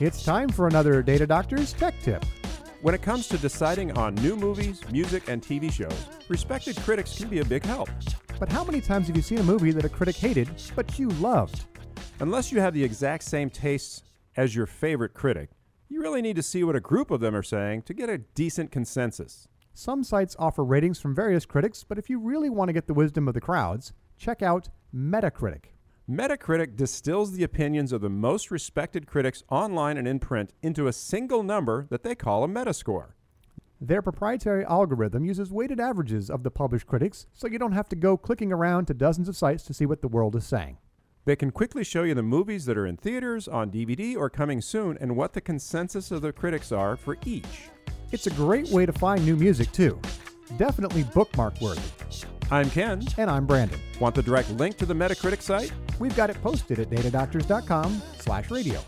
It's time for another Data Doctor's Tech Tip. When it comes to deciding on new movies, music, and TV shows, respected critics can be a big help. But how many times have you seen a movie that a critic hated but you loved? Unless you have the exact same tastes as your favorite critic, you really need to see what a group of them are saying to get a decent consensus. Some sites offer ratings from various critics, but if you really want to get the wisdom of the crowds, check out Metacritic. Metacritic distills the opinions of the most respected critics online and in print into a single number that they call a metascore. Their proprietary algorithm uses weighted averages of the published critics, so you don't have to go clicking around to dozens of sites to see what the world is saying. They can quickly show you the movies that are in theaters, on DVD, or coming soon, and what the consensus of the critics are for each. It's a great way to find new music, too. Definitely bookmark worthy. I'm Ken. And I'm Brandon. Want the direct link to the Metacritic site? We've got it posted at datadoctors.com slash radio.